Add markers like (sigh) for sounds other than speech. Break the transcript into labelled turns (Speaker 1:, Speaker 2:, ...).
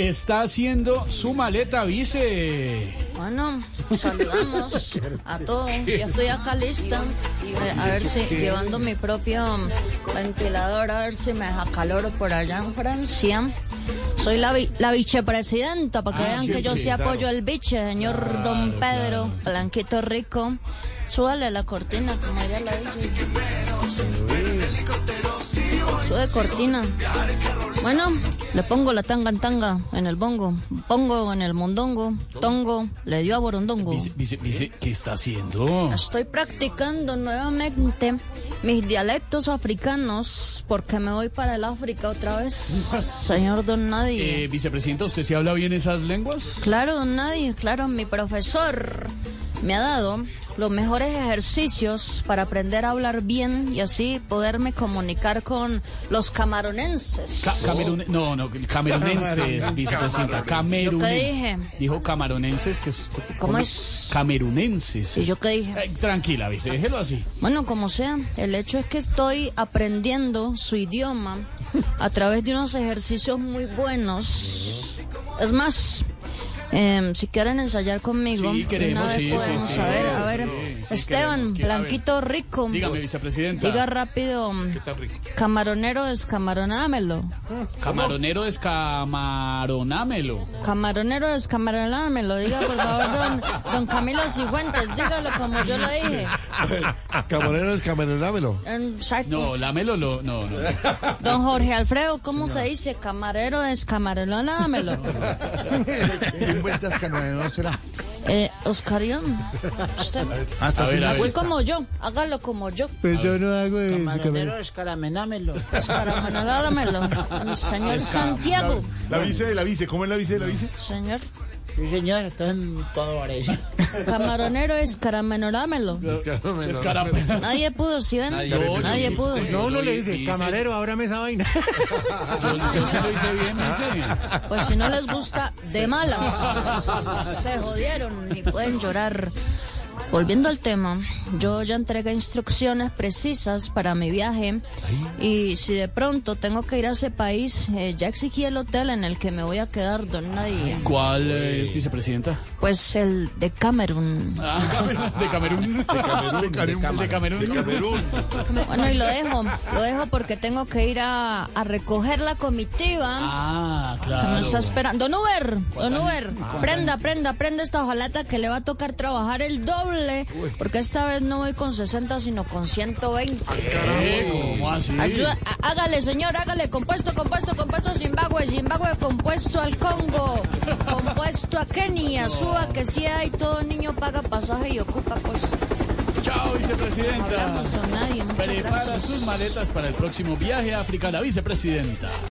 Speaker 1: Está haciendo su maleta vice.
Speaker 2: Bueno, saludamos a todos. Ya estoy acá lista. eh, A ver si llevando mi propio ventilador, a ver si me deja calor por allá en Francia. Soy la, vi- la vicepresidenta, para que
Speaker 1: Ah,
Speaker 2: vean
Speaker 1: sí,
Speaker 2: que yo
Speaker 1: sí,
Speaker 2: sí apoyo
Speaker 1: claro.
Speaker 2: al vice, señor don Pedro, Blanquito Rico. Súbale la cortina, como diría la DJ. Sube cortina. Bueno, le pongo la tanga en tanga en el bongo, pongo en el mondongo, tongo, le dio a borondongo.
Speaker 1: Vice, vice, vice, ¿qué está haciendo?
Speaker 2: Estoy practicando nuevamente mis dialectos africanos porque me voy para el África otra
Speaker 1: (laughs)
Speaker 2: vez, señor Don Nadie.
Speaker 1: Eh, vicepresidenta, ¿usted sí habla bien esas lenguas?
Speaker 2: Claro, Don Nadie, claro, mi profesor me ha dado los mejores ejercicios para aprender a hablar bien y así poderme comunicar con los camaronenses.
Speaker 1: Ca- camerun- no, no, (laughs) camerunenses, vicepresidenta.
Speaker 2: ¿Yo qué
Speaker 1: Camerunenses.
Speaker 2: dije?
Speaker 1: Dijo cameronenses, que es.
Speaker 2: ¿Cómo es?
Speaker 1: Camerunenses.
Speaker 2: ¿Y yo qué dije?
Speaker 1: Eh, tranquila, vice, déjelo así.
Speaker 2: Bueno, como sea, el hecho es que estoy aprendiendo su idioma a través de unos ejercicios muy buenos. Es más, em, si quieren ensayar conmigo,
Speaker 1: Sí, queremos,
Speaker 2: una vez
Speaker 1: sí, sí,
Speaker 2: podemos.
Speaker 1: sí,
Speaker 2: a ver, a ver,
Speaker 1: sí, sí,
Speaker 2: Esteban,
Speaker 1: queremos, que- a ver.
Speaker 2: Blanquito Rico,
Speaker 1: Dígame, vicepresidenta.
Speaker 2: diga rápido, camaronero descamaronámelo,
Speaker 1: Camaronero descamaronámelo.
Speaker 2: camaronero descamaronámelo, diga por favor, don, don Camilo Cifuentes, dígalo como yo lo dije.
Speaker 3: Camarero es camarero, (laughs)
Speaker 2: Em,
Speaker 1: (laughs)
Speaker 2: Exacto.
Speaker 1: No, lámelo, lo, no, (laughs) no.
Speaker 2: Don Jorge Alfredo, ¿cómo se dice? Camarero es camarero, dámelo.
Speaker 3: ¿Qué inventas camarero será?
Speaker 2: Eh, Oscarión, usted,
Speaker 3: Hasta
Speaker 1: A ver,
Speaker 3: si
Speaker 1: a
Speaker 3: la
Speaker 1: ver.
Speaker 2: así como yo, hágalo como yo. Pues
Speaker 3: Pues yo no hago de
Speaker 4: Maronero escaramenámelo.
Speaker 2: Camarero, dámelo. Señor Santiago,
Speaker 3: La vice de la vice, ¿cómo es la vice de la vice?
Speaker 2: señor.
Speaker 4: Sí, señor, está en todo Varese.
Speaker 2: Camaronero es caramelo, dámelo.
Speaker 1: Descaramelo.
Speaker 2: Nadie pudo, ¿sí ven?
Speaker 1: Yo,
Speaker 2: Nadie
Speaker 1: yo,
Speaker 2: pudo.
Speaker 1: usted, yo lo hice.
Speaker 3: ábrame esa vaina.
Speaker 1: (laughs) Yo no sé si lo hice bien, vice.
Speaker 2: Pues si no les gusta, de malas. Se jodieron y pueden llorar. Volviendo al tema, yo ya entregué instrucciones precisas para mi viaje y si de pronto tengo que ir a ese país, eh, ya exigí el hotel en el que me voy a quedar, don Nadie.
Speaker 1: ¿Cuál es vicepresidenta?
Speaker 2: Pues el
Speaker 1: (laughs)
Speaker 2: de Camerún.
Speaker 1: Ah, de Camerún. De
Speaker 3: Camerún.
Speaker 1: De Camerún.
Speaker 3: De Camerún.
Speaker 2: Bueno, y lo dejo, lo dejo porque tengo que ir a, a recoger la comitiva.
Speaker 1: Ah,
Speaker 2: que
Speaker 1: claro.
Speaker 2: nos está esperando. Don Uber, don Uber,
Speaker 1: Ah,
Speaker 2: prenda, prenda, prenda esta hojalata que le va a tocar trabajar el doble, porque esta vez no voy con 60, sino con 120.
Speaker 1: Eh, ¿Cómo así?
Speaker 2: Ayuda, há- hágale, señor, hágale, compuesto, compuesto, compuesto a Zimbabue, Zimbabue, compuesto al Congo, compuesto a Kenia, suba que si hay, todo niño paga pasaje y ocupa puesto.
Speaker 1: Chao, vicepresidenta.
Speaker 2: Hablamos con nadie, muchas
Speaker 1: Prepara
Speaker 2: gracias.
Speaker 1: sus maletas para el próximo viaje a África, la vicepresidenta.